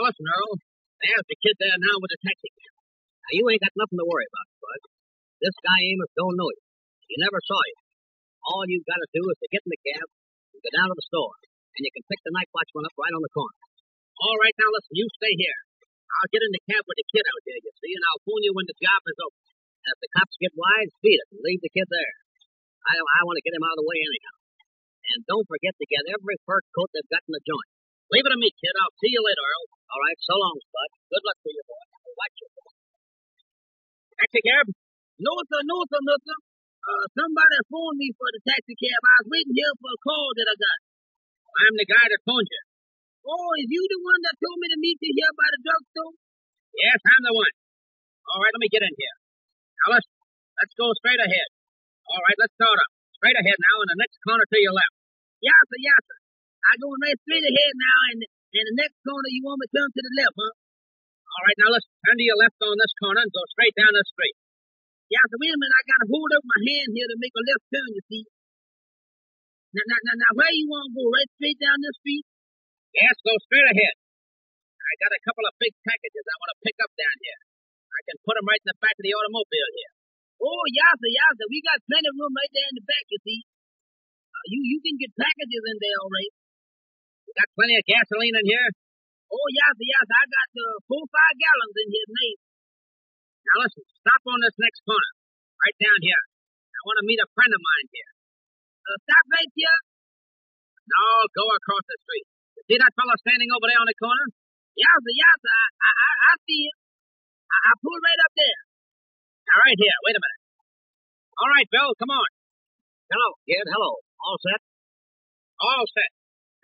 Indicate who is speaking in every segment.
Speaker 1: Allison, Earl, there's the kid there now with the taxi cab. Now, you ain't got nothing to worry about, Bud. This guy Amos don't know you. He never saw you. All you got to do is to get in the cab and go down to the store, and you can pick the night watchman up right on the corner. All right, now listen, you stay here. I'll get in the cab with the kid out there, you see, and I'll phone you when the job is over. And if the cops get wise, beat it and leave the kid there. I, I want to get him out of the way anyhow. And don't forget to get every fur coat they've got in the joint. Leave it to me, kid. I'll see you later, Earl. All right, so long, Spud. Good luck to you, boy. I'll watch you. Taxi cab? No, sir, no, sir, no, sir. Uh, somebody phoned me for the taxi cab. I was waiting here for a call that I got. I'm the guy that phoned you. Oh, is you the one that told me to meet you here by the drugstore? Yes, I'm the one. All right, let me get in here. Now, let's, let's go straight ahead. All right, let's start up. Straight ahead now, in the next corner to your left. Yes, sir, yes, sir. I'm going right straight ahead now, and, and the next corner you want me to turn to the left, huh? All right, now let's turn to your left on this corner and go straight down this street. Yeah, so wait a minute, I gotta hold up my hand here to make a left turn, you see. Now, now, now, now where you wanna go? Right straight down this street? Yes, go straight ahead. I got a couple of big packages I wanna pick up down here. I can put 'em right in the back of the automobile here. Oh, yaza, yaza, we got plenty of room right there in the back, you see. Uh, you, you can get packages in there all right. You got plenty of gasoline in here? Oh, yaza, yaza, I got uh, four, five gallons in here tonight. Now listen, stop on this next corner, right down here. I want to meet a friend of mine here. Uh, stop right here. No, go across the street. You see that fellow standing over there on the corner? Yowza, yowza, I, I, I, I see him. I, I pull right up there. Now right here, wait a minute. All right, Bill, come on. Hello, kid, hello. All set? All set.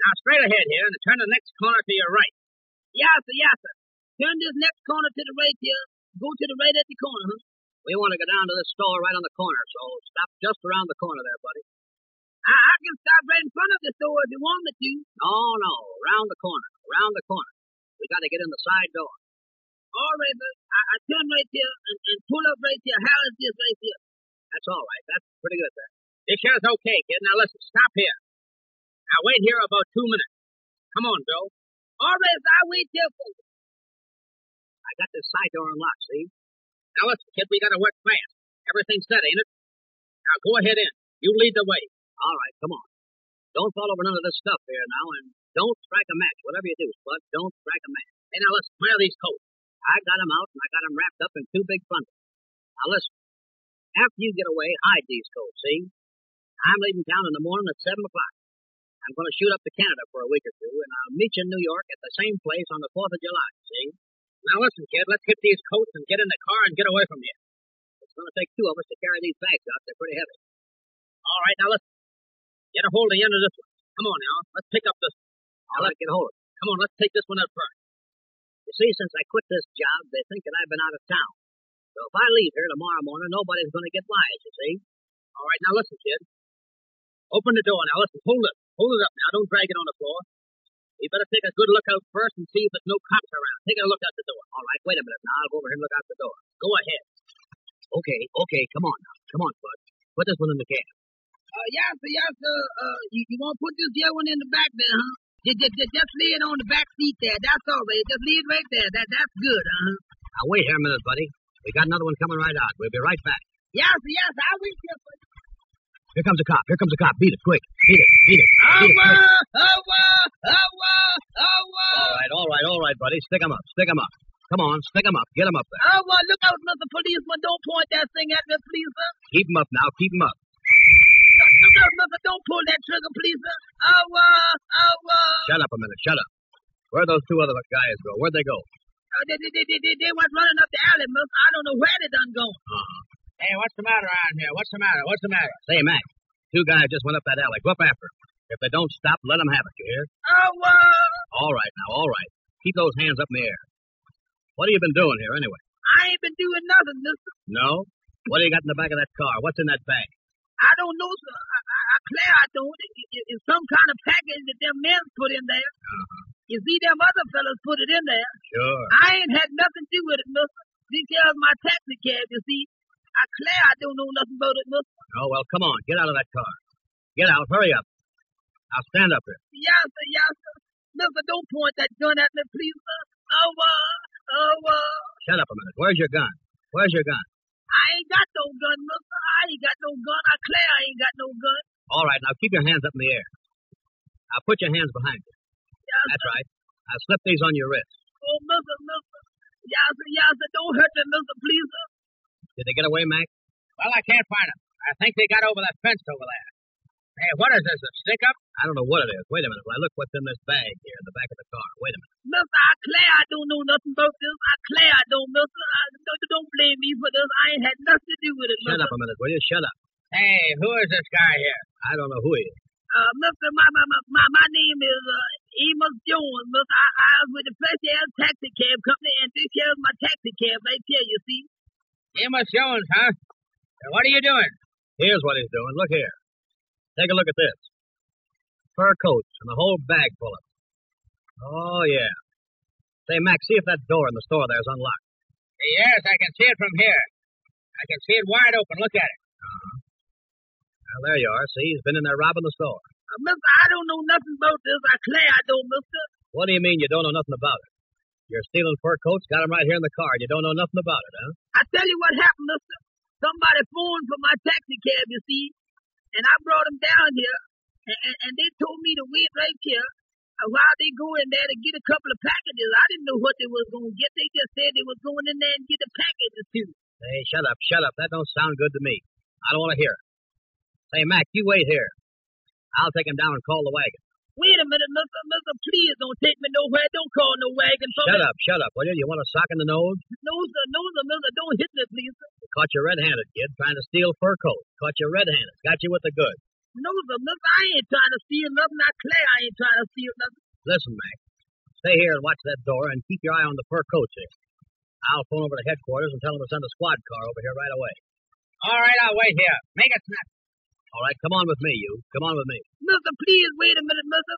Speaker 1: Now straight ahead here and turn the next corner to your right. Yowza, yowza. Turn this next corner to the right here go to the right at the corner, huh? We want to go down to the store right on the corner, so stop just around the corner there, buddy. I, I can stop right in front of the store if you want me to. No, no, around the corner, around the corner. We got to get in the side door. All right, but I, I turn right here and, and pull up right here. How is this right here? That's all right. That's pretty good there. This here's okay, kid. Now listen, stop here. Now wait here about two minutes. Come on, Bill. All right, I wait here for you. I got this side door unlocked, see? Now listen, kid, we gotta work fast. Everything's set, ain't it? Now go ahead in. You lead the way. All right, come on. Don't fall over none of this stuff here now, and don't strike a match. Whatever you do, Spud, don't strike a match. Hey, now listen, where are these coats? I got 'em out, and I got 'em wrapped up in two big bundles. Now listen, after you get away, hide these coats, see? I'm leaving town in the morning at 7 o'clock. I'm going to shoot up to Canada for a week or two, and I'll meet you in New York at the same place on the 4th of July, see? Now listen, kid, let's get these coats and get in the car and get away from here. It's gonna take two of us to carry these bags out. They're pretty heavy. All right, now listen. Get a hold of the end of this one. Come on now. Let's pick up this one. All right, get a hold of it. Come on, let's take this one out first. You see, since I quit this job, they think that I've been out of town. So if I leave here tomorrow morning, nobody's gonna get wise, you see? All right, now listen, kid. Open the door now. Listen, hold it. Hold it up now. Don't drag it on the floor. You better take a good look out first and see if there's no cops around. Take a look out the door. All right, wait a minute now. I'll go over here and look out the door. Go ahead. Okay, okay, come on now. Come on, Bud. Put this one in the cab. Uh, yes, sir, yes, sir. Uh, you, you want to put this yellow one in the back there, huh? Just, just, just, just lay it on the back seat there. That's all right. Just lay it right there. That, that's good, uh-huh. huh? Now, wait here a minute, buddy. We got another one coming right out. We'll be right back. Yes, sir, yes, sir. I'll wait here for you. Here comes a cop. Here comes a cop. Beat it, quick. Beat it, beat it. Beat it, quick. All right, all right, all right, buddy. Stick 'em up. Stick 'em up. Come on, stick 'em up. Get 'em up there.
Speaker 2: Oh, well, look out, Mr. Policeman. Don't point that thing at me, please, sir.
Speaker 1: Keep 'em up now. Keep 'em up.
Speaker 2: Look, look out, Mr. Don't pull that trigger, please, sir. Oh, uh, oh, uh,
Speaker 1: Shut up a minute. Shut up. Where'd those two other guys go? Where'd they go?
Speaker 2: uh, they, they, they, they, they, they was running up the alley, Mr. I don't know where they done gone.
Speaker 1: Hey, what's the matter around here? What's the matter? What's the matter? Uh-huh. Say, Mac, two guys just went up that alley. Go up after 'em. If they don't stop, let 'em have it, you hear?
Speaker 2: Oh, uh,
Speaker 1: All right, now, all right. Keep those hands up in the air. What have you been doing here, anyway?
Speaker 2: I ain't been doing nothing, mister.
Speaker 1: No? What do you got in the back of that car? What's in that bag?
Speaker 2: I don't know, sir. I, I, I clear I don't. It, it, it's some kind of package that them men put in there. You see, them other fellas put it in there.
Speaker 1: Sure.
Speaker 2: I ain't had nothing to do with it, mister. This here's my taxi cab, you see. I clear I don't know nothing about it, mister.
Speaker 1: Oh, well, come on. Get out of that car. Get out. Hurry up. Now stand up here.
Speaker 2: Yes, sir, yes, sir. Mister, Oh, uh, don't point that gun at me, please, sir.
Speaker 1: shut up a minute. Where's your gun? Where's your gun?
Speaker 2: I ain't got no gun, mister. I ain't got no gun. I clear I ain't got no gun.
Speaker 1: All right, now keep your hands up in the air. Now put your hands behind you.
Speaker 2: Yes,
Speaker 1: That's right. Now slip these on your wrist.
Speaker 2: Oh, mister, mister. Yes, sir, yes, sir. Don't hurt me, mister, please, sir.
Speaker 1: Did they get away, Mac? Well, I can't find them. I think they got over that fence over there. Hey, what is this, a stick up? I don't know what it is. Wait a minute. Well, look what's in this bag here in the back of the car. Wait a minute.
Speaker 2: Mister, I clear I don't know nothing about this. I clear I don't, mister. I, don't, don't blame me for this. I ain't had nothing to do with it,
Speaker 1: Shut
Speaker 2: mister.
Speaker 1: up a minute, will you? Shut up. Hey, who is this guy here? I don't know who he is.
Speaker 2: Uh, mister, my, my, my, my, my name is, uh, Amos Jones, mister. I, I was with the Fresh Air Taxi Cab Company, and this here's my taxi cab right here, you see.
Speaker 1: Amos Jones, huh? What are you doing? Here's what he's doing. Look here. Take a look at this. Fur coats and a whole bag full of it. Oh, yeah. Say, Max, see if that door in the store there is unlocked. Yes, I can see it from here. I can see it wide open. Look at it. Uh-huh. Well, there you are. See, he's been in there robbing the store.
Speaker 2: Uh, mister, I don't know nothing about this. I clear I don't, mister.
Speaker 1: What do you mean you don't know nothing about it? You're stealing fur coats, got 'em right here in the car, and you don't know nothing about it, huh?
Speaker 2: I tell you what happened, mister. Somebody phoned for my taxi cab, you see, and I brought them down here, and, and, and they told me to wait right here uh, while they go in there to get a couple of packages. I didn't know what they was going to get. They just said they was going in there and get the packages too.
Speaker 1: Hey, shut up, shut up. That don't sound good to me. I don't want to hear it. Say, Mac, you wait here. I'll take him down and call the wagon.
Speaker 2: Wait a minute, mister, mister, please don't take me nowhere. Don't call no wagon for
Speaker 1: Shut
Speaker 2: me.
Speaker 1: up, shut up, will you? You want a sock in the nose?
Speaker 2: No, sir, no, sir, mister, don't hit me, please. sir.
Speaker 1: Caught you red-handed, kid, trying to steal fur coat. Caught you red-handed. Got you with the good.
Speaker 2: No, sir, mister, I ain't trying to steal nothing. I clear I ain't trying to steal nothing.
Speaker 1: Listen, Mac. Stay here and watch that door and keep your eye on the fur coats here. I'll phone over to headquarters and tell them to send a squad car over here right away. All right, I'll wait here. Make it snap. All right, come on with me, you. Come on with me.
Speaker 2: Mister, please wait a minute, mister.